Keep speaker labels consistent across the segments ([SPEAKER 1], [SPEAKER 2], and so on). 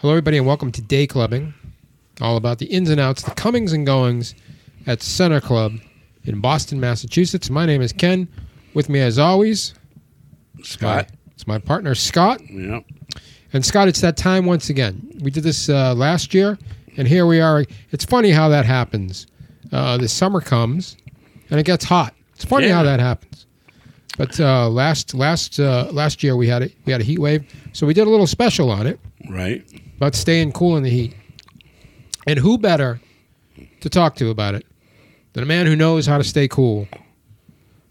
[SPEAKER 1] Hello, everybody, and welcome to Day Clubbing, all about the ins and outs, the comings and goings at Center Club in Boston, Massachusetts. My name is Ken. With me, as always,
[SPEAKER 2] Scott.
[SPEAKER 1] it's my partner, Scott.
[SPEAKER 2] Yeah.
[SPEAKER 1] And Scott, it's that time once again. We did this uh, last year, and here we are. It's funny how that happens. Uh, the summer comes, and it gets hot. It's funny
[SPEAKER 2] Yeah.
[SPEAKER 1] how that happens. But uh, last last uh, last year we had it. We had a heat wave, so we did a little special on it
[SPEAKER 2] Right.
[SPEAKER 1] about staying cool in the heat. And who better to talk to about it than a man who knows how to stay cool,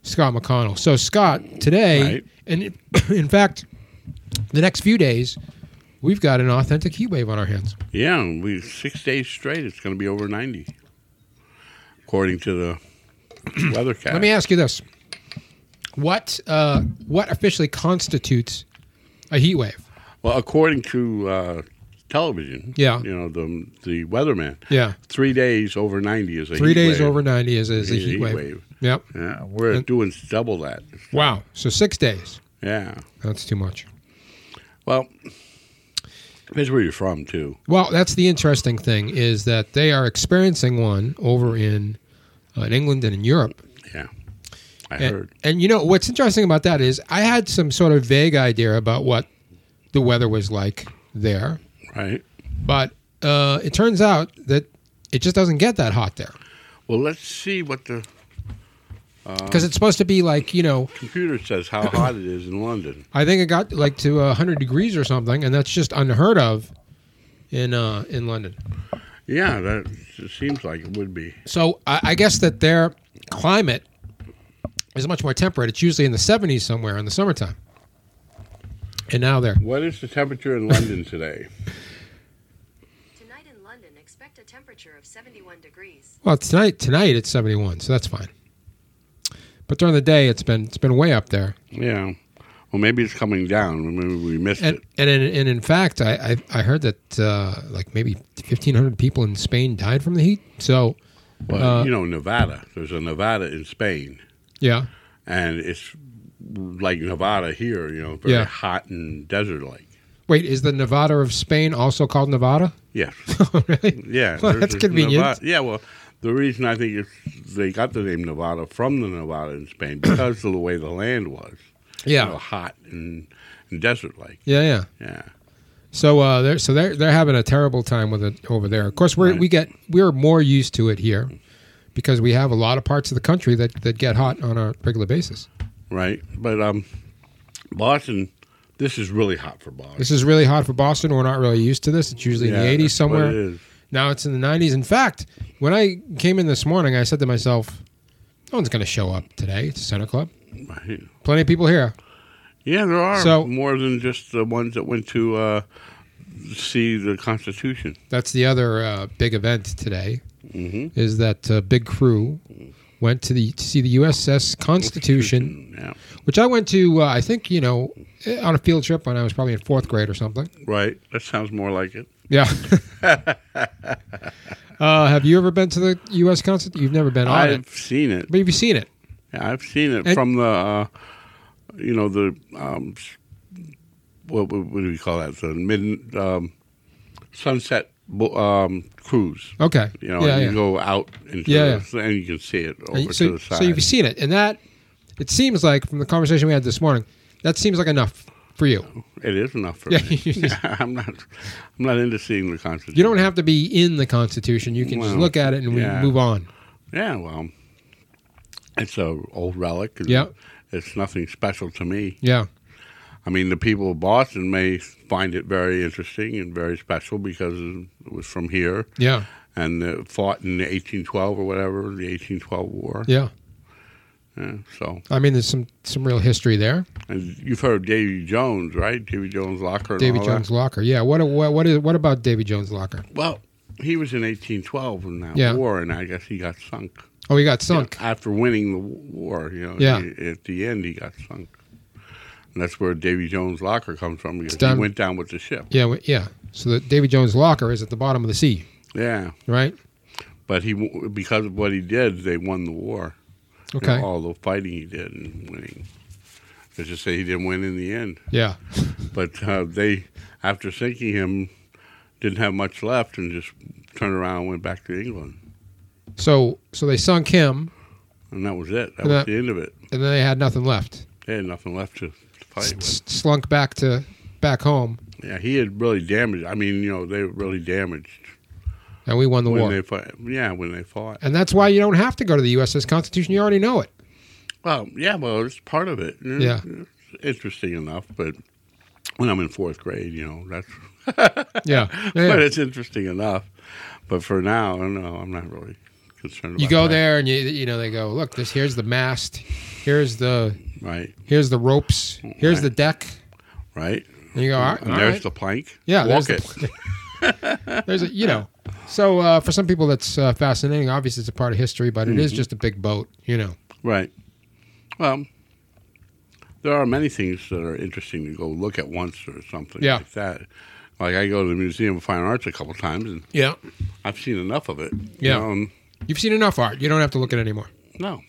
[SPEAKER 1] Scott McConnell. So Scott, today,
[SPEAKER 2] Right.
[SPEAKER 1] and in- in fact, the next few days, we've got an authentic heat wave on our hands.
[SPEAKER 2] Yeah. We six days straight. It's going to be over ninety, according to the weather cat.
[SPEAKER 1] Let me ask you this: what uh, what officially constitutes a heat wave?
[SPEAKER 2] well, according to uh, television.
[SPEAKER 1] Yeah.
[SPEAKER 2] You know the the weatherman.
[SPEAKER 1] Yeah,
[SPEAKER 2] Three days over ninety is a
[SPEAKER 1] three
[SPEAKER 2] heat
[SPEAKER 1] days
[SPEAKER 2] wave.
[SPEAKER 1] over ninety is, is a
[SPEAKER 2] Is
[SPEAKER 1] heat, wave. Yep.
[SPEAKER 2] Yeah, we're
[SPEAKER 1] And-
[SPEAKER 2] doing double that.
[SPEAKER 1] Wow. So six days.
[SPEAKER 2] Yeah.
[SPEAKER 1] That's too much.
[SPEAKER 2] Well, that's where you're from too.
[SPEAKER 1] Well, that's the interesting thing is that they are experiencing one over in uh, in England and in Europe.
[SPEAKER 2] Yeah. I
[SPEAKER 1] And,
[SPEAKER 2] heard.
[SPEAKER 1] and you know what's interesting about that is I had some sort of vague idea about what the weather was like there,
[SPEAKER 2] Right.
[SPEAKER 1] but uh, it turns out that it just doesn't get that hot there
[SPEAKER 2] Well, let's see what the Uh.
[SPEAKER 1] because it's supposed to be like you know
[SPEAKER 2] computer says how hot it is in London.
[SPEAKER 1] I think it got like to uh, 100 degrees or something, and that's just unheard of in uh, in London.
[SPEAKER 2] Yeah, that it seems like it would be.
[SPEAKER 1] So I, I guess that their climate is much more temperate. It's usually in the 70s somewhere in the summertime. And now they're
[SPEAKER 2] What is the temperature in London today?
[SPEAKER 3] Tonight in London, expect a temperature of 71 degrees.
[SPEAKER 1] well tonight. Tonight it's 71, so that's fine. But during the day, it's been it's been way up there.
[SPEAKER 2] yeah. Well, maybe it's coming down. Maybe we missed
[SPEAKER 1] And
[SPEAKER 2] it.
[SPEAKER 1] and in, and in fact, I I, I heard that uh, like maybe 1,500 people in Spain died from the heat. So
[SPEAKER 2] Well,
[SPEAKER 1] uh,
[SPEAKER 2] you know, Nevada. There's a Nevada in Spain,
[SPEAKER 1] yeah,
[SPEAKER 2] and it's like Nevada here. You know, very
[SPEAKER 1] Yeah.
[SPEAKER 2] hot and desert-like.
[SPEAKER 1] wait, is the Nevada of Spain also called Nevada? Oh,
[SPEAKER 2] Yes.
[SPEAKER 1] really?
[SPEAKER 2] Yeah.
[SPEAKER 1] Well,
[SPEAKER 2] there's
[SPEAKER 1] that's
[SPEAKER 2] a
[SPEAKER 1] convenient.
[SPEAKER 2] Nevada- yeah. Well, the reason I think it's, they got the name Nevada from the Nevada in Spain because of the way the land was.
[SPEAKER 1] Yeah,
[SPEAKER 2] You know, hot and, and desert-like.
[SPEAKER 1] yeah, yeah.
[SPEAKER 2] Yeah.
[SPEAKER 1] So uh, they're so they're they're having a terrible time with it over there. Of course, we're,
[SPEAKER 2] Right.
[SPEAKER 1] we get we're more used to it here because we have a lot of parts of the country that, that get hot on a regular basis.
[SPEAKER 2] Right. But um, Boston. This is really hot for Boston.
[SPEAKER 1] This is really hot for Boston. We're not really used to this. It's usually in
[SPEAKER 2] Yeah,
[SPEAKER 1] the 80s
[SPEAKER 2] that's what
[SPEAKER 1] somewhere.
[SPEAKER 2] it is.
[SPEAKER 1] Now it's in the 90s. In fact, when I came in this morning, I said to myself, "No one's going to show up today. It's a Center Club.
[SPEAKER 2] Right.
[SPEAKER 1] Plenty of people here."
[SPEAKER 2] Yeah, there are
[SPEAKER 1] So-
[SPEAKER 2] more than just the ones that went to uh, see the Constitution.
[SPEAKER 1] That's the other uh, big event today.
[SPEAKER 2] Mm-hmm.
[SPEAKER 1] Is that uh, big crew went to the to see the USS Constitution.
[SPEAKER 2] Yeah.
[SPEAKER 1] which I went to, uh, I think, you know, eh, on a field trip when I was probably in fourth grade or something.
[SPEAKER 2] Right. That sounds more like it.
[SPEAKER 1] Yeah. uh, have you ever been to the U.S. concert? You've never been on it,
[SPEAKER 2] I've seen it.
[SPEAKER 1] but have you seen it?
[SPEAKER 2] Yeah, I've seen it
[SPEAKER 1] And-
[SPEAKER 2] from the, uh, you know, the um, s- what, what, what do we call that? The mid um, sunset bu- um, cruise.
[SPEAKER 1] Okay.
[SPEAKER 2] You know,
[SPEAKER 1] yeah,
[SPEAKER 2] you
[SPEAKER 1] yeah.
[SPEAKER 2] go out into
[SPEAKER 1] Yeah,
[SPEAKER 2] the, and you can see it over
[SPEAKER 1] And so,
[SPEAKER 2] to the side.
[SPEAKER 1] so you've seen it, and that it seems like from the conversation we had this morning, that seems like enough for you.
[SPEAKER 2] it is enough for
[SPEAKER 1] Yeah,
[SPEAKER 2] me.
[SPEAKER 1] you just-
[SPEAKER 2] I'm not. I'm not into seeing the Constitution.
[SPEAKER 1] You don't have to be in the Constitution; you can just
[SPEAKER 2] Well,
[SPEAKER 1] look at it and we
[SPEAKER 2] yeah.
[SPEAKER 1] move on.
[SPEAKER 2] Yeah, well, it's a old relic. and
[SPEAKER 1] Yeah.
[SPEAKER 2] It's nothing special to me.
[SPEAKER 1] Yeah,
[SPEAKER 2] I mean, the people of Boston may find it very interesting and very special because it was from here
[SPEAKER 1] yeah,
[SPEAKER 2] and uh, fought in 1812 or whatever, the 1812 war.
[SPEAKER 1] yeah.
[SPEAKER 2] Yeah, so,
[SPEAKER 1] I mean, there's some some real history there.
[SPEAKER 2] and you've heard of Davy Jones, right? Davy Jones Locker. And
[SPEAKER 1] Davy
[SPEAKER 2] all
[SPEAKER 1] Jones
[SPEAKER 2] That.
[SPEAKER 1] Locker. Yeah. What what what is what about Davy Jones Locker?
[SPEAKER 2] Well, he was in 1812 in that
[SPEAKER 1] Yeah.
[SPEAKER 2] war, and I guess he got sunk.
[SPEAKER 1] Oh, he got sunk.
[SPEAKER 2] Yeah, after winning the war. You know,
[SPEAKER 1] Yeah.
[SPEAKER 2] he- at the end he got sunk, and that's where Davy Jones' locker comes from because
[SPEAKER 1] down-
[SPEAKER 2] he went down with the ship.
[SPEAKER 1] Yeah, we- yeah. So the Davy Jones locker is at the bottom of the sea,
[SPEAKER 2] Yeah,
[SPEAKER 1] right?
[SPEAKER 2] but he w- because of what he did, they won the war. You know,
[SPEAKER 1] Okay.
[SPEAKER 2] all the fighting he did and winning. Let's just say he didn't win in the end,
[SPEAKER 1] Yeah.
[SPEAKER 2] but uh, they after sinking him. didn't have much left and just turned around and went back to England.
[SPEAKER 1] So so they sunk him,
[SPEAKER 2] And that was it. That
[SPEAKER 1] And
[SPEAKER 2] was
[SPEAKER 1] that-
[SPEAKER 2] the end of it.
[SPEAKER 1] and then they had nothing left.
[SPEAKER 2] They had nothing left to, to fight with.
[SPEAKER 1] S- slunk back to back home,
[SPEAKER 2] Yeah, he had really damaged. I mean, you know, they were really damaged
[SPEAKER 1] and we won the
[SPEAKER 2] when
[SPEAKER 1] war.
[SPEAKER 2] they fought. Yeah, when they fought.
[SPEAKER 1] and that's why you don't have to go to the USS Constitution. You already know it.
[SPEAKER 2] Well, Oh, yeah, well, it's part of it.
[SPEAKER 1] Yeah.
[SPEAKER 2] It's interesting enough, but when I'm in fourth grade, you know, that's.
[SPEAKER 1] Yeah, yeah.
[SPEAKER 2] But it's interesting enough. But for now, no, I'm not really concerned. About
[SPEAKER 1] you go
[SPEAKER 2] that.
[SPEAKER 1] there and you you know they go look this here's the mast, here's the
[SPEAKER 2] right?
[SPEAKER 1] here's the ropes, here's the deck,
[SPEAKER 2] Right.
[SPEAKER 1] and you go all right,
[SPEAKER 2] And
[SPEAKER 1] all
[SPEAKER 2] there's
[SPEAKER 1] right.
[SPEAKER 2] the plank.
[SPEAKER 1] Yeah,
[SPEAKER 2] walk
[SPEAKER 1] there's
[SPEAKER 2] it.
[SPEAKER 1] the there's a you know. So uh, for some people that's uh, fascinating. Obviously, it's a part of history, but
[SPEAKER 2] Mm-hmm.
[SPEAKER 1] it is just a big boat, you know.
[SPEAKER 2] Right. Well, there are many things that are interesting to go look at once or something
[SPEAKER 1] Yeah.
[SPEAKER 2] like that. Like I go to the Museum of Fine Arts a couple times, and
[SPEAKER 1] Yeah,
[SPEAKER 2] I've seen enough of it. you
[SPEAKER 1] Yeah.
[SPEAKER 2] know, and
[SPEAKER 1] you've seen enough art. You don't have to look at it anymore.
[SPEAKER 2] no,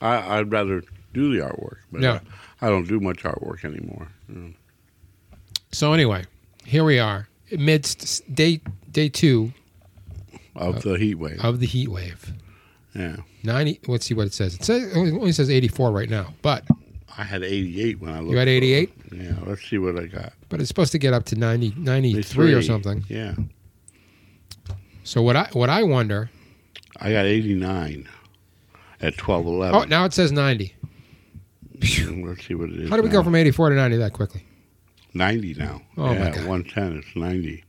[SPEAKER 2] I, I'd rather do the artwork, but
[SPEAKER 1] Yeah.
[SPEAKER 2] I, I don't do much artwork anymore. Mm.
[SPEAKER 1] So anyway, here we are amidst s- day day two
[SPEAKER 2] Of the heat wave.
[SPEAKER 1] of the heat wave.
[SPEAKER 2] yeah.
[SPEAKER 1] Ninety. Let's see what it says. It says it only says eighty four right now, but
[SPEAKER 2] I had 88 when I looked.
[SPEAKER 1] you had
[SPEAKER 2] for it.
[SPEAKER 1] eighty eight,
[SPEAKER 2] Yeah, let's see what I got.
[SPEAKER 1] but it's supposed to get up to 90, 93 or
[SPEAKER 2] Three.
[SPEAKER 1] something.
[SPEAKER 2] Yeah.
[SPEAKER 1] So what I what I wonder.
[SPEAKER 2] I got 89 at
[SPEAKER 1] Oh,
[SPEAKER 2] 1211.
[SPEAKER 1] now it says ninety.
[SPEAKER 2] Mm, Let's see what it is.
[SPEAKER 1] How did we go
[SPEAKER 2] now.
[SPEAKER 1] from eighty four to ninety that quickly?
[SPEAKER 2] 90 now.
[SPEAKER 1] Oh, my
[SPEAKER 2] yeah,
[SPEAKER 1] God.
[SPEAKER 2] 110 it's 90.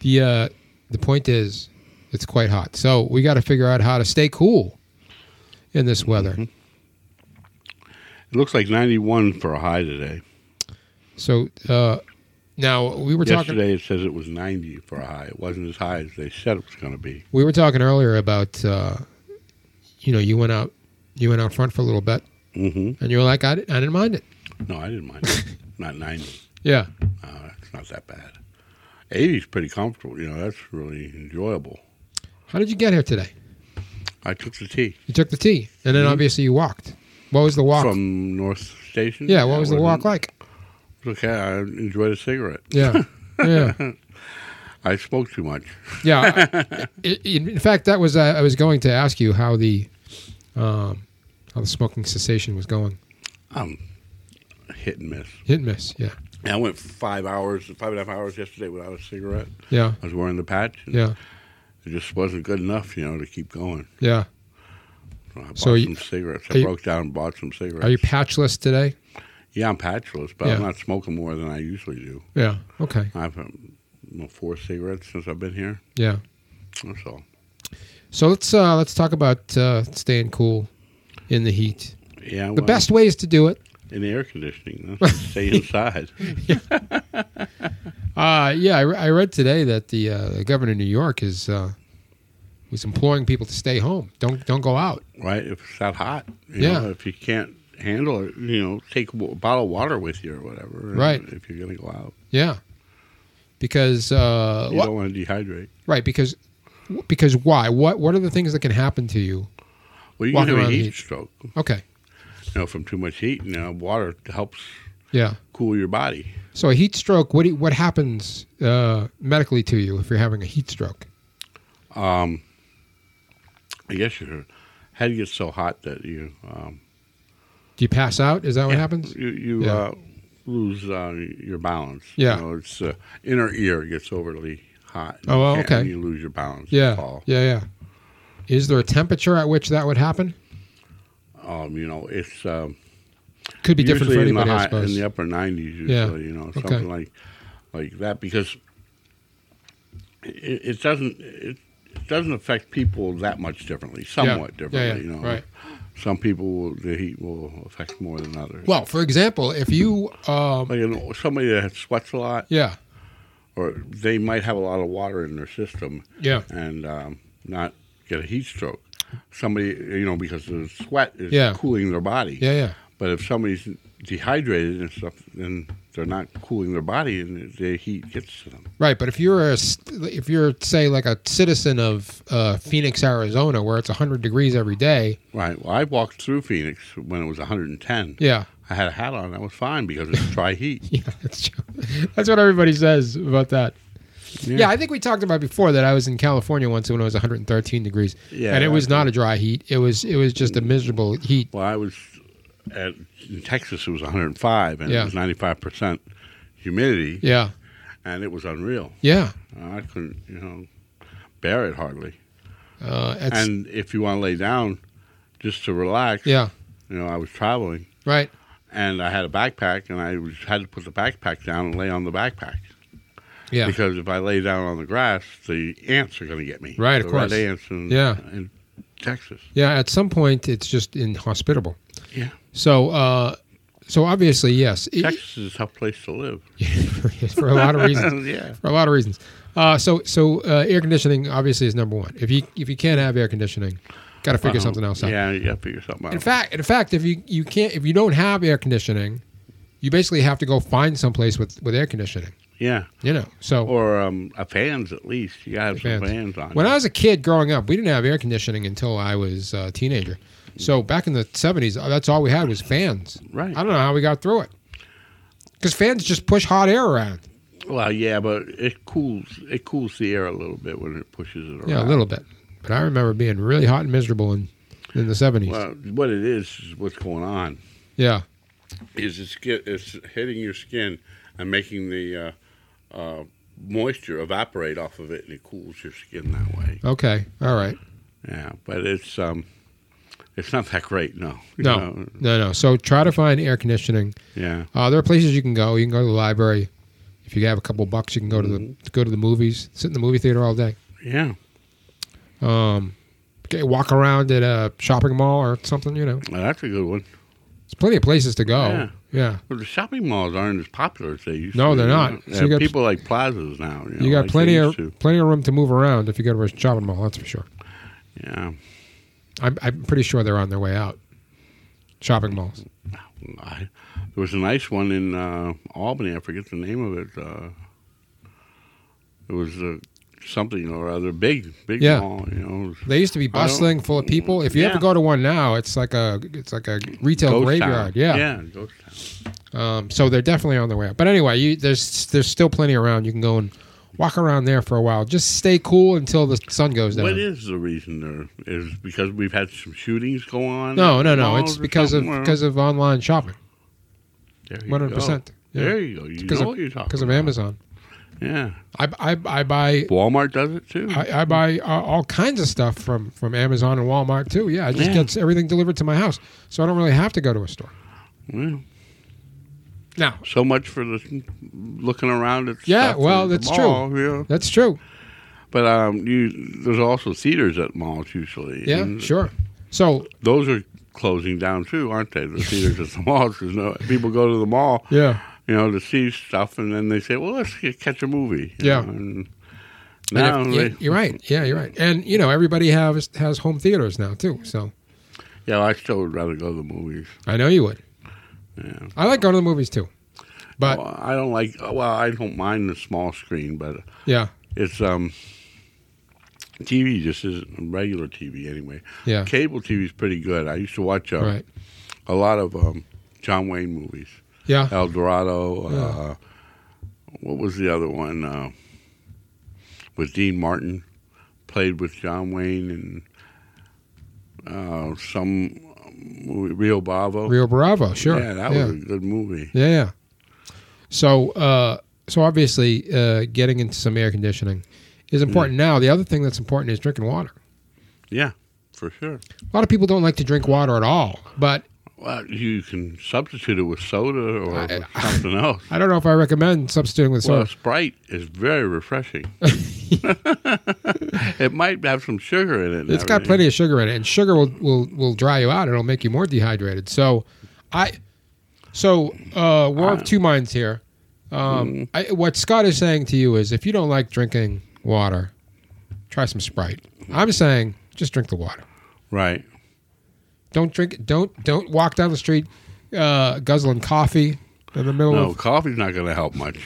[SPEAKER 1] The uh, the point is, it's quite hot. So we got to figure out how to stay cool in this weather.
[SPEAKER 2] It looks like 91 for a high today.
[SPEAKER 1] So uh, now we were talking.
[SPEAKER 2] Yesterday it says it was 90 for a high. It wasn't as high as they said it was going to be.
[SPEAKER 1] We were talking earlier about uh, you know you went out you went out front for a little bit
[SPEAKER 2] hmm
[SPEAKER 1] and you were like I, di- I didn't mind it.
[SPEAKER 2] No, I didn't mind. it. not 90.
[SPEAKER 1] Yeah,
[SPEAKER 2] Uh, it's not that bad. 80 is pretty comfortable. You know, that's really enjoyable.
[SPEAKER 1] how did you get here today?
[SPEAKER 2] I took the T
[SPEAKER 1] You took the T and then obviously you walked. What was the walk?
[SPEAKER 2] from North Station.
[SPEAKER 1] yeah, what was the walk
[SPEAKER 2] wasn't-
[SPEAKER 1] like?
[SPEAKER 2] it was Okay, I enjoyed a cigarette.
[SPEAKER 1] Yeah, yeah.
[SPEAKER 2] I spoke too much.
[SPEAKER 1] Yeah. I- I- in, in fact, that was uh, I was going to ask you how the um, how the smoking cessation was going.
[SPEAKER 2] I'm hit and miss.
[SPEAKER 1] Hit and miss. Yeah.
[SPEAKER 2] I went five hours, five and a half hours yesterday without a cigarette.
[SPEAKER 1] Yeah.
[SPEAKER 2] I was wearing the patch. and
[SPEAKER 1] Yeah.
[SPEAKER 2] It just wasn't good enough, you know, to keep going.
[SPEAKER 1] Yeah.
[SPEAKER 2] So I bought
[SPEAKER 1] So are you-
[SPEAKER 2] some cigarettes.
[SPEAKER 1] are
[SPEAKER 2] I
[SPEAKER 1] you-
[SPEAKER 2] broke down and bought some cigarettes.
[SPEAKER 1] Are you patchless today?
[SPEAKER 2] yeah, I'm patchless, but I'm
[SPEAKER 1] Yeah.
[SPEAKER 2] not smoking more than I usually do.
[SPEAKER 1] Yeah. Okay.
[SPEAKER 2] I've um, you know, four cigarettes since I've been here.
[SPEAKER 1] Yeah.
[SPEAKER 2] That's all.
[SPEAKER 1] So let's uh, let's talk about uh, staying cool in the heat.
[SPEAKER 2] Yeah,
[SPEAKER 1] The best ways to do it.
[SPEAKER 2] in the air conditioning. That's stay inside.
[SPEAKER 1] Uh, yeah, I, re- I read today that the, uh, the governor of New York is uh, was imploring people to stay home. Don't don't go out.
[SPEAKER 2] right? If it's that hot, you
[SPEAKER 1] Yeah.
[SPEAKER 2] know, if you can't handle it, you know, take a wa- bottle of water with you or whatever.
[SPEAKER 1] Right.
[SPEAKER 2] If you're gonna go out,
[SPEAKER 1] Yeah, because uh,
[SPEAKER 2] you
[SPEAKER 1] wha-
[SPEAKER 2] don't want to dehydrate.
[SPEAKER 1] Right, because because why? What what are the things that can happen to you?
[SPEAKER 2] Well, you
[SPEAKER 1] Walking
[SPEAKER 2] can have
[SPEAKER 1] around
[SPEAKER 2] a
[SPEAKER 1] in
[SPEAKER 2] heat,
[SPEAKER 1] heat.
[SPEAKER 2] stroke, you
[SPEAKER 1] Okay.
[SPEAKER 2] know, from too much heat. You know, water helps
[SPEAKER 1] Yeah.
[SPEAKER 2] cool your body.
[SPEAKER 1] So a heat stroke, what do you- what happens uh, medically to you if you're having a heat stroke?
[SPEAKER 2] Um, I guess your head gets so hot that you um,
[SPEAKER 1] Do you pass out? Is that what
[SPEAKER 2] yeah,
[SPEAKER 1] happens?
[SPEAKER 2] You, you
[SPEAKER 1] Yeah.
[SPEAKER 2] uh, lose uh, your balance.
[SPEAKER 1] Yeah.
[SPEAKER 2] You know, it's uh, inner ear gets overly hot.
[SPEAKER 1] Oh, well,
[SPEAKER 2] You can't-
[SPEAKER 1] okay.
[SPEAKER 2] You lose your balance. you
[SPEAKER 1] Yeah.
[SPEAKER 2] fall.
[SPEAKER 1] Yeah, yeah. Is there a temperature at which that would happen?
[SPEAKER 2] Um, you know, it's um,
[SPEAKER 1] Could be different for
[SPEAKER 2] usually in
[SPEAKER 1] anybody,
[SPEAKER 2] the
[SPEAKER 1] I
[SPEAKER 2] high-
[SPEAKER 1] suppose.
[SPEAKER 2] In the upper nineties, usually,
[SPEAKER 1] Yeah.
[SPEAKER 2] you know,
[SPEAKER 1] Okay.
[SPEAKER 2] something like like that, because it, it doesn't it, it doesn't affect people that much differently. Somewhat
[SPEAKER 1] Yeah,
[SPEAKER 2] differently,
[SPEAKER 1] yeah,
[SPEAKER 2] you know.
[SPEAKER 1] right.
[SPEAKER 2] Some people will, the heat will affect more than others.
[SPEAKER 1] Well, for example, if you um,
[SPEAKER 2] like you know, somebody that sweats a lot,
[SPEAKER 1] yeah,
[SPEAKER 2] or they might have a lot of water in their system
[SPEAKER 1] yeah,
[SPEAKER 2] and um, not get a heat stroke. Somebody, you know, because the sweat is
[SPEAKER 1] Yeah.
[SPEAKER 2] cooling their body.
[SPEAKER 1] yeah, yeah.
[SPEAKER 2] But if somebody's dehydrated and stuff, then they're not cooling their body, and the heat gets to them.
[SPEAKER 1] Right, but if you're a st- if you're say like a citizen of uh, Phoenix, Arizona, where it's 100 degrees every day,
[SPEAKER 2] Right. Well, I walked through Phoenix when it was 110.
[SPEAKER 1] yeah,
[SPEAKER 2] I had a hat on. I was fine because it's dry heat.
[SPEAKER 1] Yeah, that's true. That's what everybody says about that. Yeah. I think we talked about before that I was in California once when it was 113 degrees,
[SPEAKER 2] Yeah,
[SPEAKER 1] and it was
[SPEAKER 2] I-
[SPEAKER 1] not a dry heat. It was it was just a miserable heat.
[SPEAKER 2] Well, I was at in Texas. It was 105, and
[SPEAKER 1] Yeah.
[SPEAKER 2] it was 95 percent humidity,
[SPEAKER 1] Yeah,
[SPEAKER 2] and it was unreal.
[SPEAKER 1] yeah.
[SPEAKER 2] I couldn't, you know, bear it hardly.
[SPEAKER 1] Uh, it's,
[SPEAKER 2] and if you want to lay down, just to relax.
[SPEAKER 1] yeah,
[SPEAKER 2] You know, I was traveling,
[SPEAKER 1] right.
[SPEAKER 2] and I had a backpack, and I was, had to put the backpack down and lay on the backpack.
[SPEAKER 1] Yeah,
[SPEAKER 2] Because if I lay down on the grass, the ants are going to get me.
[SPEAKER 1] Right, of
[SPEAKER 2] the
[SPEAKER 1] course.
[SPEAKER 2] Red ants in,
[SPEAKER 1] Yeah.
[SPEAKER 2] in Texas.
[SPEAKER 1] yeah. At some point, it's just inhospitable.
[SPEAKER 2] Yeah.
[SPEAKER 1] So, uh, so obviously, yes, it-
[SPEAKER 2] Texas is a tough place to live.
[SPEAKER 1] for a lot of reasons.
[SPEAKER 2] yeah.
[SPEAKER 1] For a lot of reasons. Uh, so, so uh, air conditioning obviously is number one. If you if you can't have air conditioning, got to figure
[SPEAKER 2] Uh-huh.
[SPEAKER 1] something else out.
[SPEAKER 2] Yeah, you got to figure something out.
[SPEAKER 1] In fact, in fact, if you, you can't if you don't have air conditioning, you basically have to go find someplace with, with air conditioning.
[SPEAKER 2] yeah.
[SPEAKER 1] You know, so
[SPEAKER 2] Or um, a fans, at least. You got to have
[SPEAKER 1] Fans.
[SPEAKER 2] some fans on.
[SPEAKER 1] when I was a kid growing up, we didn't have air conditioning until I was a teenager. So back in the seventies, that's all we had was fans.
[SPEAKER 2] Right.
[SPEAKER 1] I don't know how we got through it because fans just push hot air around.
[SPEAKER 2] Well, yeah, but it cools it cools the air a little bit when it pushes it around.
[SPEAKER 1] Yeah, a little bit. But I remember being really hot and miserable in in the seventies.
[SPEAKER 2] Well, what it is, is what's going on
[SPEAKER 1] Yeah,
[SPEAKER 2] is it's get, it's hitting your skin and making the uh, uh, moisture evaporate off of it, and it cools your skin that way.
[SPEAKER 1] okay, all right.
[SPEAKER 2] Yeah, but it's um, it's not that great, no. You
[SPEAKER 1] No,
[SPEAKER 2] know,
[SPEAKER 1] no, no. So try to find air conditioning.
[SPEAKER 2] yeah,
[SPEAKER 1] Uh, there are places you can go. You can go to the library. If you have a couple bucks, you can go to the
[SPEAKER 2] Mm-hmm.
[SPEAKER 1] to go to the movies. Sit in the movie theater all day.
[SPEAKER 2] yeah,
[SPEAKER 1] Um, okay, walk around at a shopping mall or something. You know,
[SPEAKER 2] well, that's a good one.
[SPEAKER 1] there's plenty of places to go.
[SPEAKER 2] Yeah.
[SPEAKER 1] Yeah.
[SPEAKER 2] Well, the shopping malls aren't as popular as they used
[SPEAKER 1] No,
[SPEAKER 2] to.
[SPEAKER 1] they're
[SPEAKER 2] you
[SPEAKER 1] not.
[SPEAKER 2] know?
[SPEAKER 1] So
[SPEAKER 2] Yeah,
[SPEAKER 1] you got-
[SPEAKER 2] people like plazas now. You, know,
[SPEAKER 1] you got
[SPEAKER 2] like they
[SPEAKER 1] plenty of
[SPEAKER 2] used to.
[SPEAKER 1] plenty of room to move around if you go to a shopping mall. That's for sure.
[SPEAKER 2] Yeah,
[SPEAKER 1] I'm I'm pretty sure they're on their way out. Shopping malls.
[SPEAKER 2] I, there was a nice one in uh, Albany. I forget the name of it. Uh, it was uh, something or other big, big
[SPEAKER 1] Yeah.
[SPEAKER 2] mall. You know, it was
[SPEAKER 1] They used to be
[SPEAKER 2] don't-
[SPEAKER 1] bustling, full of people. If you ever
[SPEAKER 2] Yeah.
[SPEAKER 1] go to one now, it's like a it's like a retail
[SPEAKER 2] ghost
[SPEAKER 1] graveyard.
[SPEAKER 2] Town.
[SPEAKER 1] Yeah.
[SPEAKER 2] yeah, ghost town.
[SPEAKER 1] Um, so they're definitely on their way up. But anyway, you, there's there's still plenty around. You can go and walk around there for a while. Just stay cool until the sun goes down.
[SPEAKER 2] What is the reason there? Is because we've had some shootings go on?
[SPEAKER 1] no,
[SPEAKER 2] at
[SPEAKER 1] no, no.
[SPEAKER 2] malls
[SPEAKER 1] It's
[SPEAKER 2] or
[SPEAKER 1] because of
[SPEAKER 2] something, or-
[SPEAKER 1] because of online shopping.
[SPEAKER 2] There you go.
[SPEAKER 1] One hundred percent.
[SPEAKER 2] There you go. You
[SPEAKER 1] Because
[SPEAKER 2] know
[SPEAKER 1] of-
[SPEAKER 2] what you're talking
[SPEAKER 1] Because of
[SPEAKER 2] about.
[SPEAKER 1] Amazon.
[SPEAKER 2] Yeah,
[SPEAKER 1] I, I, I buy
[SPEAKER 2] Walmart does it too.
[SPEAKER 1] I, I buy uh, all kinds of stuff from from Amazon and Walmart too. Yeah, I just
[SPEAKER 2] Yeah.
[SPEAKER 1] get everything delivered to my house, so I don't really have to go to a store
[SPEAKER 2] Well,
[SPEAKER 1] now.
[SPEAKER 2] so much for the looking around at.
[SPEAKER 1] Yeah,
[SPEAKER 2] stuff
[SPEAKER 1] well,
[SPEAKER 2] at the
[SPEAKER 1] that's true.
[SPEAKER 2] mall, Yeah.
[SPEAKER 1] That's true.
[SPEAKER 2] But um, you there's also theaters at malls usually.
[SPEAKER 1] Yeah,
[SPEAKER 2] and
[SPEAKER 1] sure. So
[SPEAKER 2] Those are closing down too, aren't they? The theaters at the malls. There's no people go to the mall,
[SPEAKER 1] yeah,
[SPEAKER 2] you know, to see stuff, and then they say, "Well, let's get, catch a movie." you
[SPEAKER 1] Yeah.
[SPEAKER 2] know, and now
[SPEAKER 1] And if-
[SPEAKER 2] they-
[SPEAKER 1] yeah, you're right. Yeah, you're right. And you know, everybody has has home theaters now too. So
[SPEAKER 2] yeah, I still would rather go to the movies.
[SPEAKER 1] I know you would.
[SPEAKER 2] Yeah.
[SPEAKER 1] I like going to the movies too, but
[SPEAKER 2] Well, I don't like. Well, I don't mind the small screen, but
[SPEAKER 1] yeah,
[SPEAKER 2] it's um, TV just isn't regular TV anyway.
[SPEAKER 1] yeah,
[SPEAKER 2] Cable TV is pretty good. I used to watch uh,
[SPEAKER 1] right,
[SPEAKER 2] a lot of um, John Wayne movies.
[SPEAKER 1] yeah,
[SPEAKER 2] El Dorado.
[SPEAKER 1] Yeah.
[SPEAKER 2] Uh, what was the other one? Uh, with Dean Martin, played with John Wayne and uh, some movie, Rio Bravo.
[SPEAKER 1] Rio Bravo, sure,
[SPEAKER 2] Yeah, that
[SPEAKER 1] yeah.
[SPEAKER 2] was a good movie.
[SPEAKER 1] yeah, yeah. So, uh, so obviously, uh, getting into some air conditioning is
[SPEAKER 2] Mm.
[SPEAKER 1] important. Now, the other thing that's important is drinking water.
[SPEAKER 2] Yeah, for sure.
[SPEAKER 1] A lot of people don't like to drink water at all, but
[SPEAKER 2] Well, you can substitute it with soda or
[SPEAKER 1] I-
[SPEAKER 2] with something else.
[SPEAKER 1] I don't know if I recommend substituting with
[SPEAKER 2] Well,
[SPEAKER 1] soda.
[SPEAKER 2] Sprite is very refreshing. it might have some sugar in it. and
[SPEAKER 1] It's got
[SPEAKER 2] everything.
[SPEAKER 1] plenty of sugar in it, and sugar will, will, will dry you out. It'll make you more dehydrated. So, I, so uh, we're
[SPEAKER 2] Ah.
[SPEAKER 1] of two minds here. Um,
[SPEAKER 2] Mm-hmm.
[SPEAKER 1] I, what Scott is saying to you is, if you don't like drinking water, try some Sprite. I'm saying just drink the water.
[SPEAKER 2] Right.
[SPEAKER 1] Don't drink. Don't don't walk down the street uh, guzzling coffee in the middle
[SPEAKER 2] No,
[SPEAKER 1] of.
[SPEAKER 2] coffee's not going to help much.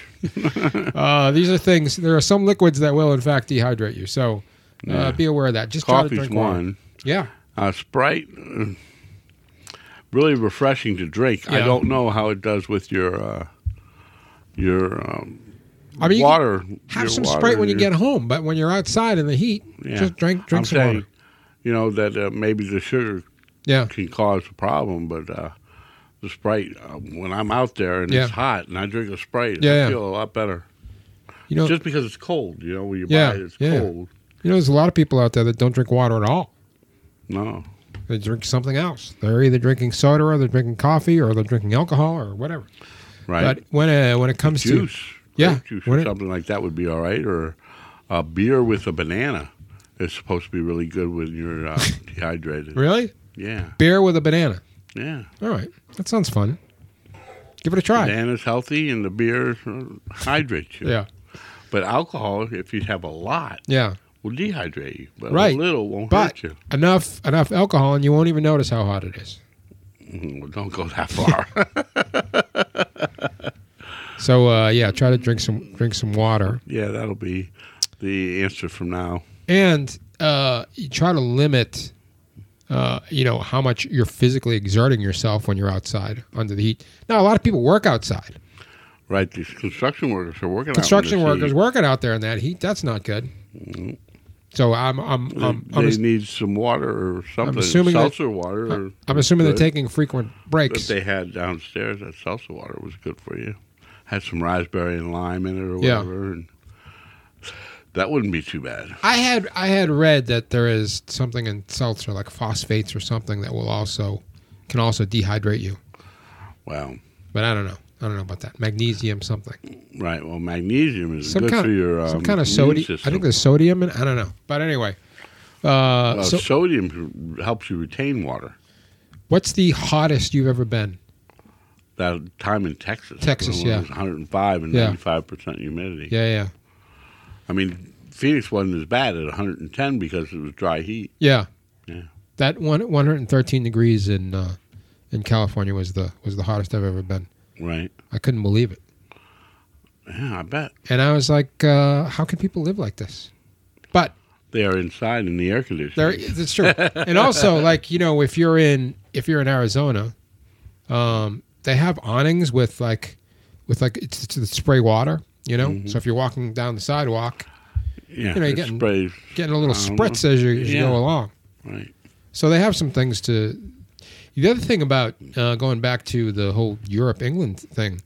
[SPEAKER 1] Uh, these are things. There are some liquids that will, in fact, dehydrate you. So. Uh,
[SPEAKER 2] Yeah.
[SPEAKER 1] Be aware of that. Just try to
[SPEAKER 2] Coffee's
[SPEAKER 1] drink water.
[SPEAKER 2] one.
[SPEAKER 1] Yeah,
[SPEAKER 2] Uh, Sprite, uh, really refreshing to drink. I
[SPEAKER 1] Yeah.
[SPEAKER 2] don't know how it does with your uh, your um,
[SPEAKER 1] I mean, you can
[SPEAKER 2] water.
[SPEAKER 1] have
[SPEAKER 2] your
[SPEAKER 1] some
[SPEAKER 2] water,
[SPEAKER 1] Sprite when you
[SPEAKER 2] your-
[SPEAKER 1] get home, but when you're outside in the heat,
[SPEAKER 2] Yeah.
[SPEAKER 1] just drink drink some
[SPEAKER 2] I'm saying,
[SPEAKER 1] water.
[SPEAKER 2] you know, that uh, maybe the sugar
[SPEAKER 1] Yeah,
[SPEAKER 2] can cause a problem, but uh, the Sprite, uh, when I'm out there and
[SPEAKER 1] Yeah.
[SPEAKER 2] it's hot and I drink a Sprite,
[SPEAKER 1] Yeah,
[SPEAKER 2] I
[SPEAKER 1] yeah.
[SPEAKER 2] feel a lot better.
[SPEAKER 1] you know,
[SPEAKER 2] Just because it's cold, you know, when you
[SPEAKER 1] Yeah,
[SPEAKER 2] buy it, it's
[SPEAKER 1] yeah.
[SPEAKER 2] cold.
[SPEAKER 1] you know, there's a lot of people out there that don't drink water at all.
[SPEAKER 2] No.
[SPEAKER 1] They drink something else. They're either drinking soda, or they're drinking coffee, or they're drinking alcohol, or whatever.
[SPEAKER 2] Right.
[SPEAKER 1] But when uh, when it comes to
[SPEAKER 2] juice.
[SPEAKER 1] Yeah,
[SPEAKER 2] grape Juice or
[SPEAKER 1] wouldn't it-
[SPEAKER 2] something like that would be all right. Or a beer with a banana is supposed to be really good when you're uh, dehydrated.
[SPEAKER 1] really
[SPEAKER 2] Yeah.
[SPEAKER 1] beer with a banana,
[SPEAKER 2] Yeah.
[SPEAKER 1] all right, that sounds fun. Give it a try.
[SPEAKER 2] Banana's healthy and the beer uh, hydrates you.
[SPEAKER 1] Yeah,
[SPEAKER 2] But alcohol, if you have a lot,
[SPEAKER 1] yeah.
[SPEAKER 2] will dehydrate you. But
[SPEAKER 1] Right.
[SPEAKER 2] a little won't
[SPEAKER 1] But
[SPEAKER 2] hurt you.
[SPEAKER 1] enough enough alcohol, and you won't even notice how hot it is.
[SPEAKER 2] Mm, Well, don't go that far.
[SPEAKER 1] So uh, yeah, try to drink some drink some water,
[SPEAKER 2] yeah, that'll be the answer from now.
[SPEAKER 1] and uh, you try to limit. Uh, you know how much you're physically exerting yourself when you're outside under the heat. Now a lot of people work outside.
[SPEAKER 2] Right. These construction workers are working out in
[SPEAKER 1] Construction
[SPEAKER 2] this heat.
[SPEAKER 1] workers working out there in that heat. That's not good. So I'm I'm
[SPEAKER 2] They,
[SPEAKER 1] I'm,
[SPEAKER 2] they
[SPEAKER 1] um, I'm, ass-
[SPEAKER 2] need some water or something.
[SPEAKER 1] assuming that-
[SPEAKER 2] seltzer water. Or
[SPEAKER 1] I'm assuming
[SPEAKER 2] good.
[SPEAKER 1] they're taking frequent
[SPEAKER 2] that
[SPEAKER 1] breaks.
[SPEAKER 2] they had downstairs that salsa water was good for you. Had some raspberry and lime in it or
[SPEAKER 1] Yeah.
[SPEAKER 2] whatever, and that wouldn't be too bad.
[SPEAKER 1] I had I had read that there is something in seltzer like phosphates or something that will also can also dehydrate you.
[SPEAKER 2] Wow.
[SPEAKER 1] But I don't know. I don't know about that. Magnesium something.
[SPEAKER 2] Right. Well, magnesium is
[SPEAKER 1] Some
[SPEAKER 2] good
[SPEAKER 1] kind
[SPEAKER 2] for
[SPEAKER 1] of
[SPEAKER 2] your um,
[SPEAKER 1] some kind of
[SPEAKER 2] immune
[SPEAKER 1] sodium. I
[SPEAKER 2] system.
[SPEAKER 1] think there's sodium in I don't know. But anyway. Uh,
[SPEAKER 2] Well,
[SPEAKER 1] so
[SPEAKER 2] sodium helps you retain water.
[SPEAKER 1] what's the hottest you've ever been?
[SPEAKER 2] That time in Texas,
[SPEAKER 1] Texas,
[SPEAKER 2] when it
[SPEAKER 1] yeah.
[SPEAKER 2] was 105 and
[SPEAKER 1] Yeah.
[SPEAKER 2] 95 percent humidity.
[SPEAKER 1] Yeah, yeah.
[SPEAKER 2] I mean, Phoenix wasn't as bad at 110 because it was dry heat.
[SPEAKER 1] Yeah.
[SPEAKER 2] Yeah.
[SPEAKER 1] That one 113 degrees in uh, in California was the was the hottest I've ever been.
[SPEAKER 2] Right.
[SPEAKER 1] I couldn't believe it.
[SPEAKER 2] Yeah, I bet
[SPEAKER 1] And I was like, uh, how can people live like this? But
[SPEAKER 2] they are inside in the air
[SPEAKER 1] There,
[SPEAKER 2] conditioning.
[SPEAKER 1] it's true. and also, like you know, if you're in if you're in Arizona, um, they have awnings with like with like it's, it's the spray water. You know,
[SPEAKER 2] Mm-hmm.
[SPEAKER 1] so if you're walking down the sidewalk,
[SPEAKER 2] yeah,
[SPEAKER 1] you know, you're
[SPEAKER 2] it
[SPEAKER 1] getting-
[SPEAKER 2] sprays.
[SPEAKER 1] getting a little
[SPEAKER 2] Um,
[SPEAKER 1] spritz as you, as you
[SPEAKER 2] yeah.
[SPEAKER 1] go along.
[SPEAKER 2] Right.
[SPEAKER 1] So they have some things to. The other thing about uh, going back to the whole Europe England thing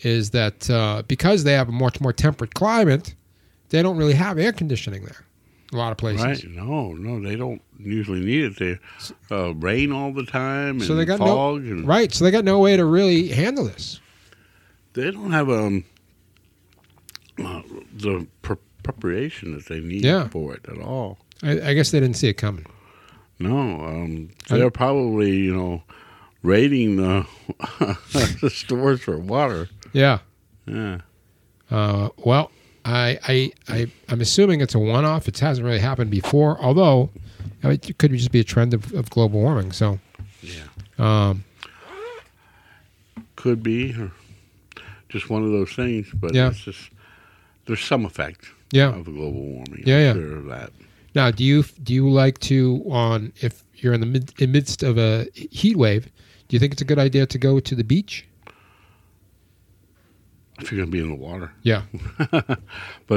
[SPEAKER 1] is that uh, because they have a much more temperate climate, they don't really have air conditioning there. A lot of places.
[SPEAKER 2] Right? No, no, they don't usually need it. They uh, rain all the time and
[SPEAKER 1] So they got no-
[SPEAKER 2] fog, and
[SPEAKER 1] Right, so they got no way to really handle this.
[SPEAKER 2] they don't have um uh, the pre- preparation that they need
[SPEAKER 1] Yeah.
[SPEAKER 2] for it at all.
[SPEAKER 1] I, I guess they didn't see it coming.
[SPEAKER 2] No, um,
[SPEAKER 1] I-
[SPEAKER 2] they're probably you know raiding the, the stores for water.
[SPEAKER 1] Yeah.
[SPEAKER 2] Yeah,
[SPEAKER 1] Uh, well, I, I, I, I'm assuming it's a one-off. It hasn't really happened before, although I mean, it could just be a trend of, of global warming. So,
[SPEAKER 2] Yeah.
[SPEAKER 1] um,
[SPEAKER 2] could be or just one of those things. But
[SPEAKER 1] Yeah.
[SPEAKER 2] it's just there's some effect
[SPEAKER 1] yeah.
[SPEAKER 2] of global warming.
[SPEAKER 1] Yeah,
[SPEAKER 2] I'm
[SPEAKER 1] yeah.
[SPEAKER 2] sure of that.
[SPEAKER 1] Now, do you do you like to on if you're in the mid, in midst of a heat wave? Do you think it's a good idea to go to the beach?
[SPEAKER 2] If you're gonna be in the water,
[SPEAKER 1] Yeah,
[SPEAKER 2] but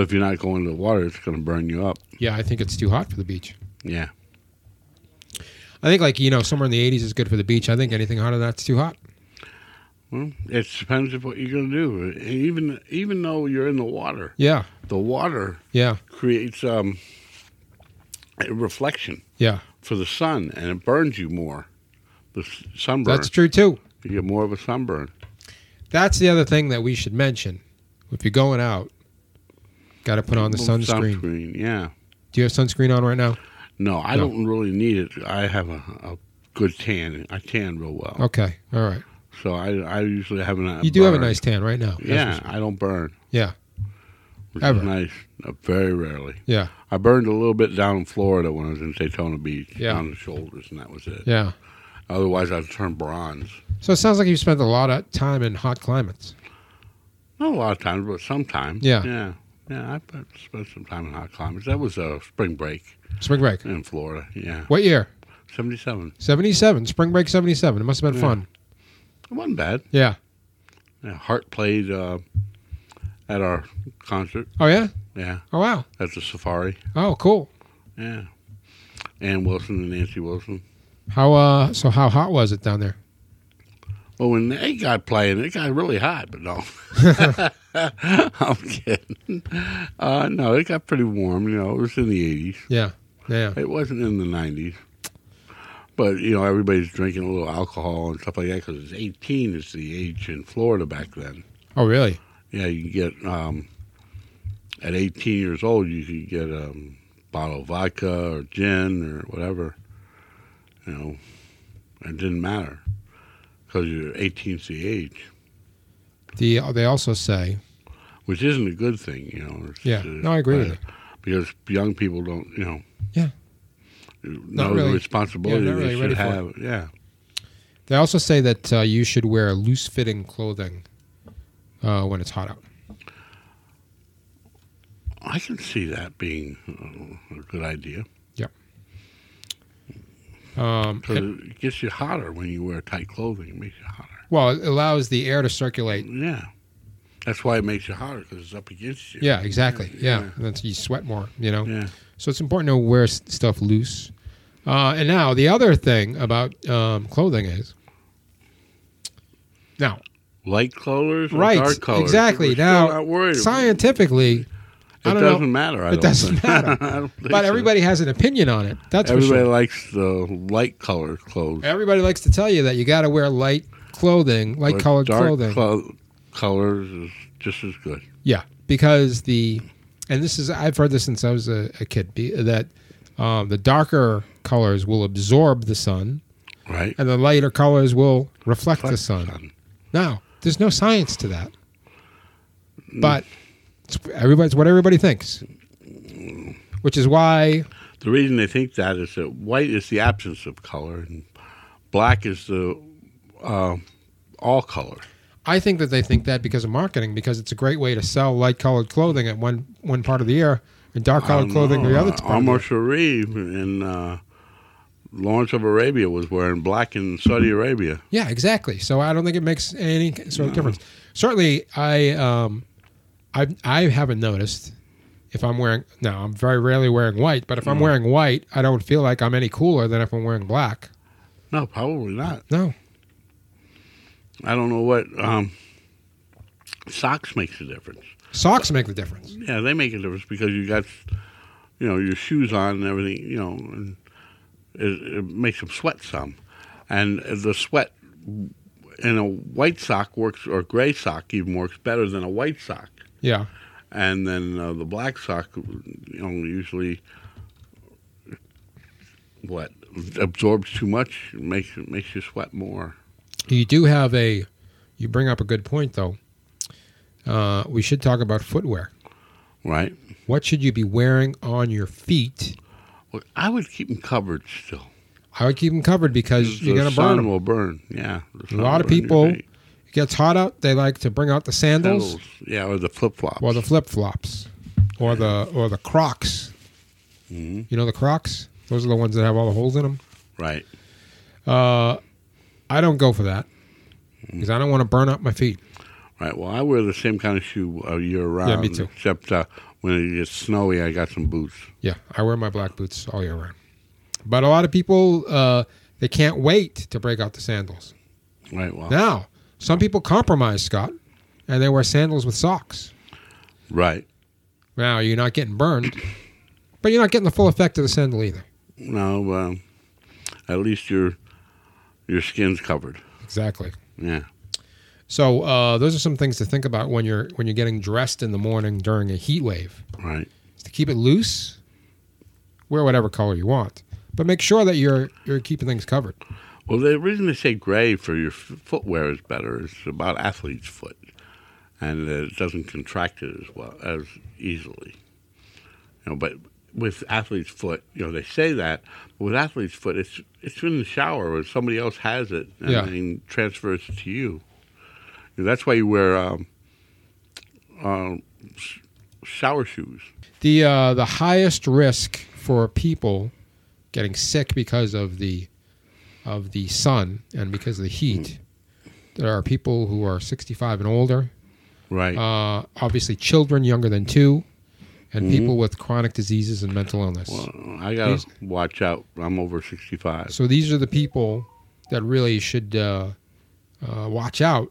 [SPEAKER 2] if you're not going to the water, it's gonna burn you up.
[SPEAKER 1] yeah. I think it's too hot for the beach.
[SPEAKER 2] Yeah.
[SPEAKER 1] I think like you know somewhere in the 80s is good for the beach. I think anything hotter than that's too hot.
[SPEAKER 2] Well, it depends on what you're going to do. Even even though you're in the water,
[SPEAKER 1] Yeah,
[SPEAKER 2] the water
[SPEAKER 1] yeah,
[SPEAKER 2] creates um, a reflection
[SPEAKER 1] yeah.
[SPEAKER 2] for the sun, and it burns you more. The s- sunburn,
[SPEAKER 1] That's true too.
[SPEAKER 2] you get more of a sunburn.
[SPEAKER 1] That's the other thing that we should mention. If you're going out, got to put on the
[SPEAKER 2] Well,
[SPEAKER 1] sunscreen.
[SPEAKER 2] sunscreen, yeah.
[SPEAKER 1] Do you have sunscreen on right now?
[SPEAKER 2] No, I
[SPEAKER 1] No.
[SPEAKER 2] don't really need it. I have a, a good tan. I tan real well,
[SPEAKER 1] Okay, all right.
[SPEAKER 2] so I I usually have a
[SPEAKER 1] Oh. You do have a
[SPEAKER 2] burn.
[SPEAKER 1] nice tan right now. That's
[SPEAKER 2] Yeah,
[SPEAKER 1] what's-
[SPEAKER 2] I don't burn.
[SPEAKER 1] Yeah.
[SPEAKER 2] which
[SPEAKER 1] Ever.
[SPEAKER 2] is nice. Uh, very rarely.
[SPEAKER 1] yeah,
[SPEAKER 2] I burned a little bit down in Florida when I was in Daytona Beach,
[SPEAKER 1] Yeah.
[SPEAKER 2] down the shoulders, and that was it.
[SPEAKER 1] yeah.
[SPEAKER 2] Otherwise, I'd turn bronze.
[SPEAKER 1] So it sounds like you spent a lot of time in hot climates.
[SPEAKER 2] Not a lot of times, but sometimes.
[SPEAKER 1] Yeah.
[SPEAKER 2] Yeah. Yeah, I put- spent some time in hot climates. That was a spring break
[SPEAKER 1] Spring break.
[SPEAKER 2] in Florida. Yeah.
[SPEAKER 1] What year?
[SPEAKER 2] 77.
[SPEAKER 1] Seventy-seven. Spring break seventy-seven. It must have been
[SPEAKER 2] Yeah.
[SPEAKER 1] fun.
[SPEAKER 2] It wasn't bad.
[SPEAKER 1] Yeah.
[SPEAKER 2] Yeah, Hart played uh, at our concert.
[SPEAKER 1] Oh yeah.
[SPEAKER 2] Yeah,
[SPEAKER 1] Oh wow.
[SPEAKER 2] at the Safari.
[SPEAKER 1] Oh cool.
[SPEAKER 2] Yeah, Ann Wilson and Nancy Wilson.
[SPEAKER 1] How uh? So how hot was it down there?
[SPEAKER 2] Well, when they got playing, it got really hot, but no. I'm kidding. Uh, no, it got pretty warm. You know, it was in the 80s.
[SPEAKER 1] Yeah. Yeah.
[SPEAKER 2] It wasn't in the 90s. But, you know, everybody's drinking a little alcohol and stuff like that because it's 18 is the age in Florida back then.
[SPEAKER 1] Oh really?
[SPEAKER 2] Yeah, you can get, um, at 18 years old, you could get a bottle of vodka or gin or whatever. You know, it didn't matter because you're 18 is the age.
[SPEAKER 1] The uh, they also say.
[SPEAKER 2] which isn't a good thing, you know. It's-
[SPEAKER 1] Yeah.
[SPEAKER 2] uh,
[SPEAKER 1] No, I agree with
[SPEAKER 2] uh,
[SPEAKER 1] you.
[SPEAKER 2] Because young people don't, you know.
[SPEAKER 1] Yeah.
[SPEAKER 2] Know
[SPEAKER 1] really-
[SPEAKER 2] the responsibility
[SPEAKER 1] yeah,
[SPEAKER 2] they
[SPEAKER 1] not really ready
[SPEAKER 2] should
[SPEAKER 1] for
[SPEAKER 2] have. Yeah.
[SPEAKER 1] They also say that uh, you should wear loose fitting clothing uh, when it's hot out.
[SPEAKER 2] I can see that being uh, a good idea
[SPEAKER 1] Um,
[SPEAKER 2] because it gets you hotter when you wear tight clothing. It makes you hotter.
[SPEAKER 1] well, it allows the air to circulate.
[SPEAKER 2] Yeah. That's why it makes you hotter because it's up against you.
[SPEAKER 1] Yeah, exactly. Yeah,
[SPEAKER 2] Yeah.
[SPEAKER 1] And that's, you sweat more. You know,
[SPEAKER 2] Yeah.
[SPEAKER 1] so it's important to wear s- stuff loose. Uh, and now the other thing about um, clothing is now
[SPEAKER 2] Light colors, or
[SPEAKER 1] Right,
[SPEAKER 2] Dark colors.
[SPEAKER 1] exactly.
[SPEAKER 2] We're still
[SPEAKER 1] Now,
[SPEAKER 2] not worried.
[SPEAKER 1] scientifically,
[SPEAKER 2] It
[SPEAKER 1] I don't
[SPEAKER 2] doesn't
[SPEAKER 1] know,
[SPEAKER 2] matter. I
[SPEAKER 1] It
[SPEAKER 2] don't
[SPEAKER 1] doesn't
[SPEAKER 2] think.
[SPEAKER 1] matter.
[SPEAKER 2] I don't think
[SPEAKER 1] but
[SPEAKER 2] so.
[SPEAKER 1] everybody has an opinion on it. That's for
[SPEAKER 2] Everybody
[SPEAKER 1] sure.
[SPEAKER 2] likes the light color clothes.
[SPEAKER 1] Everybody likes to tell you that you got to wear light clothing, light
[SPEAKER 2] But
[SPEAKER 1] colored
[SPEAKER 2] dark
[SPEAKER 1] clothing.
[SPEAKER 2] clo- colors is just as good.
[SPEAKER 1] Yeah, because the and this is I've heard this since I was a, a kid be, that um, the darker colors will absorb the sun
[SPEAKER 2] Right.
[SPEAKER 1] and the lighter colors will reflect
[SPEAKER 2] Fuck
[SPEAKER 1] the sun. Now, there's no science to that,
[SPEAKER 2] Mm.
[SPEAKER 1] but it's, everybody's what everybody thinks, which is why
[SPEAKER 2] The reason they think that is that white is the absence of color, and black is the uh, all color.
[SPEAKER 1] I think that they think that because of marketing, because it's a great way to sell light colored clothing at one one part of the year and dark colored clothing the other part. of the
[SPEAKER 2] Um, uh, Omar
[SPEAKER 1] year.
[SPEAKER 2] Sharif in uh, Lawrence of Arabia was wearing black in Saudi Arabia.
[SPEAKER 1] Yeah, exactly. So I don't think it makes any sort of difference. Certainly, I um, I I haven't noticed if I'm wearing no, I'm very rarely wearing white. But if I'm wearing white, I don't feel like I'm any cooler than if I'm wearing black.
[SPEAKER 2] No, probably not.
[SPEAKER 1] No,
[SPEAKER 2] I don't know what um, socks makes a difference.
[SPEAKER 1] socks make the difference.
[SPEAKER 2] Yeah, they make a difference because you got, you know, your shoes on and everything. You know, and it, it makes them sweat some, and the sweat in a white sock works or gray sock even works better than a white sock,
[SPEAKER 1] Yeah,
[SPEAKER 2] and then uh, the black sock, you know, usually what absorbs too much makes makes you sweat more.
[SPEAKER 1] you do have a. You bring up a good point though. Uh, we should talk about footwear.
[SPEAKER 2] Right.
[SPEAKER 1] What should you be wearing on your feet?
[SPEAKER 2] Well, I would keep them covered still.
[SPEAKER 1] I would keep them covered because you're
[SPEAKER 2] The
[SPEAKER 1] gonna burn
[SPEAKER 2] sun
[SPEAKER 1] them.
[SPEAKER 2] will burn. Yeah. the sun
[SPEAKER 1] lot
[SPEAKER 2] will
[SPEAKER 1] of
[SPEAKER 2] burn your
[SPEAKER 1] people-
[SPEAKER 2] feet.
[SPEAKER 1] It gets hot out. They like to bring out the sandals.
[SPEAKER 2] Sandals, Yeah, or the flip flops.
[SPEAKER 1] Well, the flip flops, or the or the Crocs.
[SPEAKER 2] Mm-hmm.
[SPEAKER 1] You know the Crocs. Those are the ones that have all the holes in them.
[SPEAKER 2] right.
[SPEAKER 1] Uh, I don't go for that because I don't want to burn up my feet.
[SPEAKER 2] Right. Well, I wear the same kind of shoe uh, year round.
[SPEAKER 1] Yeah, me too.
[SPEAKER 2] Except uh, when it gets snowy, I got some boots.
[SPEAKER 1] Yeah, I wear my black boots all year round. But a lot of people uh, they can't wait to break out the sandals.
[SPEAKER 2] Right. Well.
[SPEAKER 1] Now, some people compromise, Scott, and they wear sandals with socks.
[SPEAKER 2] Right.
[SPEAKER 1] Now you're not getting burned, but you're not getting the full effect of the sandal either.
[SPEAKER 2] No. Um, at least your your skin's covered.
[SPEAKER 1] Exactly.
[SPEAKER 2] Yeah.
[SPEAKER 1] So uh, those are some things to think about when you're when you're getting dressed in the morning during a heat wave.
[SPEAKER 2] Right.
[SPEAKER 1] Is to keep it loose, wear whatever color you want, but make sure that you're you're keeping things covered.
[SPEAKER 2] Well, the reason they say gray for your f- footwear is better is about athlete's foot, and uh, it doesn't contract it as well as easily. You know, but with athlete's foot, you know, they say that. But with athlete's foot, it's it's in the shower or somebody else has it and
[SPEAKER 1] Yeah.
[SPEAKER 2] then transfers it to you. You know, that's why you wear um, um, sh- shower shoes.
[SPEAKER 1] The uh, the highest risk for people getting sick because of the of the
[SPEAKER 2] Hmm.
[SPEAKER 1] sun and because of the heat. There are people who are 65 and older,
[SPEAKER 2] Right.
[SPEAKER 1] uh, obviously children younger than two, and people with chronic diseases and mental illness.
[SPEAKER 2] Hmm. well, I gotta
[SPEAKER 1] these-
[SPEAKER 2] watch out. I'm over 65.
[SPEAKER 1] So these are the people that really should uh, uh, watch out.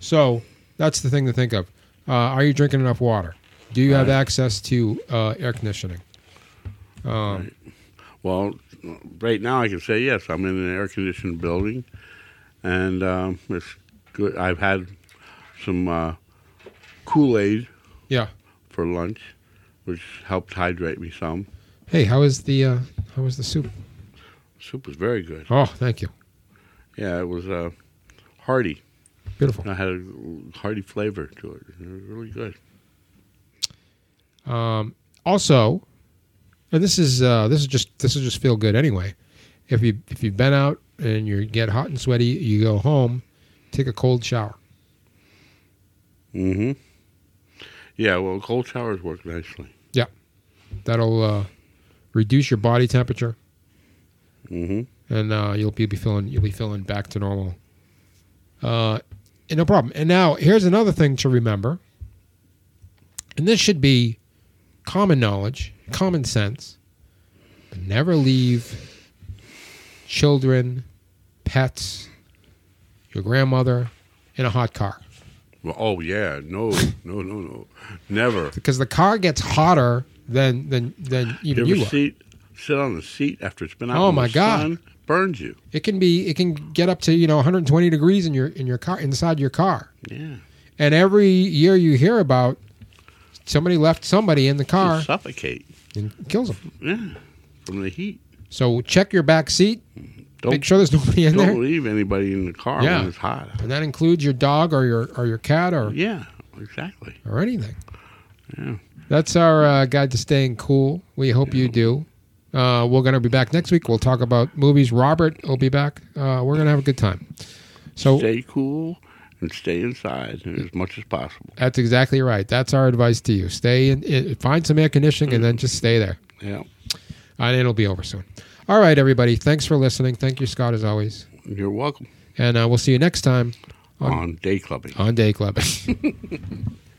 [SPEAKER 1] So that's the thing to think of. Uh, are you drinking enough water? Do you have
[SPEAKER 2] Right.
[SPEAKER 1] access to uh, air conditioning? Um,
[SPEAKER 2] Well, right now I can say yes. I'm in an air conditioned building, and um, it's good. I've had some uh, Kool Aid
[SPEAKER 1] Yeah.
[SPEAKER 2] for lunch, which helped hydrate me some.
[SPEAKER 1] Hey, how is the uh, how is the soup?
[SPEAKER 2] Soup was very good.
[SPEAKER 1] Oh, thank you.
[SPEAKER 2] Yeah, it was uh, hearty.
[SPEAKER 1] Beautiful.
[SPEAKER 2] I had a hearty flavor to it. It was really good.
[SPEAKER 1] Um, also, and this is uh, this is just this is just feel good anyway. If you if you've been out and you get hot and sweaty, you go home, take a cold shower.
[SPEAKER 2] Mm-hmm. Yeah, well, cold showers work nicely.
[SPEAKER 1] That'll uh, reduce your body temperature,
[SPEAKER 2] Mm-hmm.
[SPEAKER 1] and uh, you'll be, be feeling you'll be feeling back to normal. Uh, and no problem. And now here's another thing to remember, and this should be common knowledge, common sense. But never leave children, pets, your grandmother in a hot car
[SPEAKER 2] Well, oh yeah, no, no, no, no, never.
[SPEAKER 1] because the car gets hotter than than than even
[SPEAKER 2] you
[SPEAKER 1] you.
[SPEAKER 2] ever
[SPEAKER 1] are.
[SPEAKER 2] seat, sit on the seat after it's been out?
[SPEAKER 1] Oh,
[SPEAKER 2] in
[SPEAKER 1] my
[SPEAKER 2] the
[SPEAKER 1] God.
[SPEAKER 2] sun? burns you.
[SPEAKER 1] It can be it can get up to you know 120 degrees in your in your car inside your car.
[SPEAKER 2] Yeah,
[SPEAKER 1] And every year you hear about somebody left somebody in the
[SPEAKER 2] You
[SPEAKER 1] car
[SPEAKER 2] suffocate.
[SPEAKER 1] and kills them.
[SPEAKER 2] Yeah, from the heat.
[SPEAKER 1] So check your back seat.
[SPEAKER 2] Don't
[SPEAKER 1] Make sure there's nobody in
[SPEAKER 2] don't
[SPEAKER 1] there,
[SPEAKER 2] leave anybody in the car
[SPEAKER 1] Yeah.
[SPEAKER 2] when it's hot.
[SPEAKER 1] and that includes your dog or your or your cat or
[SPEAKER 2] Yeah, exactly.
[SPEAKER 1] or anything.
[SPEAKER 2] Yeah.
[SPEAKER 1] That's our uh, guide to staying cool. We hope you do. Uh, we're going to be back next week. We'll talk about movies. Robert will be back. Uh, we're going to have a good time. So
[SPEAKER 2] Stay cool and stay inside as much as possible.
[SPEAKER 1] That's exactly right. That's our advice to you. Stay in, in find some air conditioning
[SPEAKER 2] Mm.
[SPEAKER 1] and then just stay there.
[SPEAKER 2] Yeah,
[SPEAKER 1] And it'll be over soon. All right, everybody. Thanks for listening. Thank you, Scott, as always.
[SPEAKER 2] you're welcome
[SPEAKER 1] And uh, we'll see you next time
[SPEAKER 2] on day clubbing.
[SPEAKER 1] on Day Club.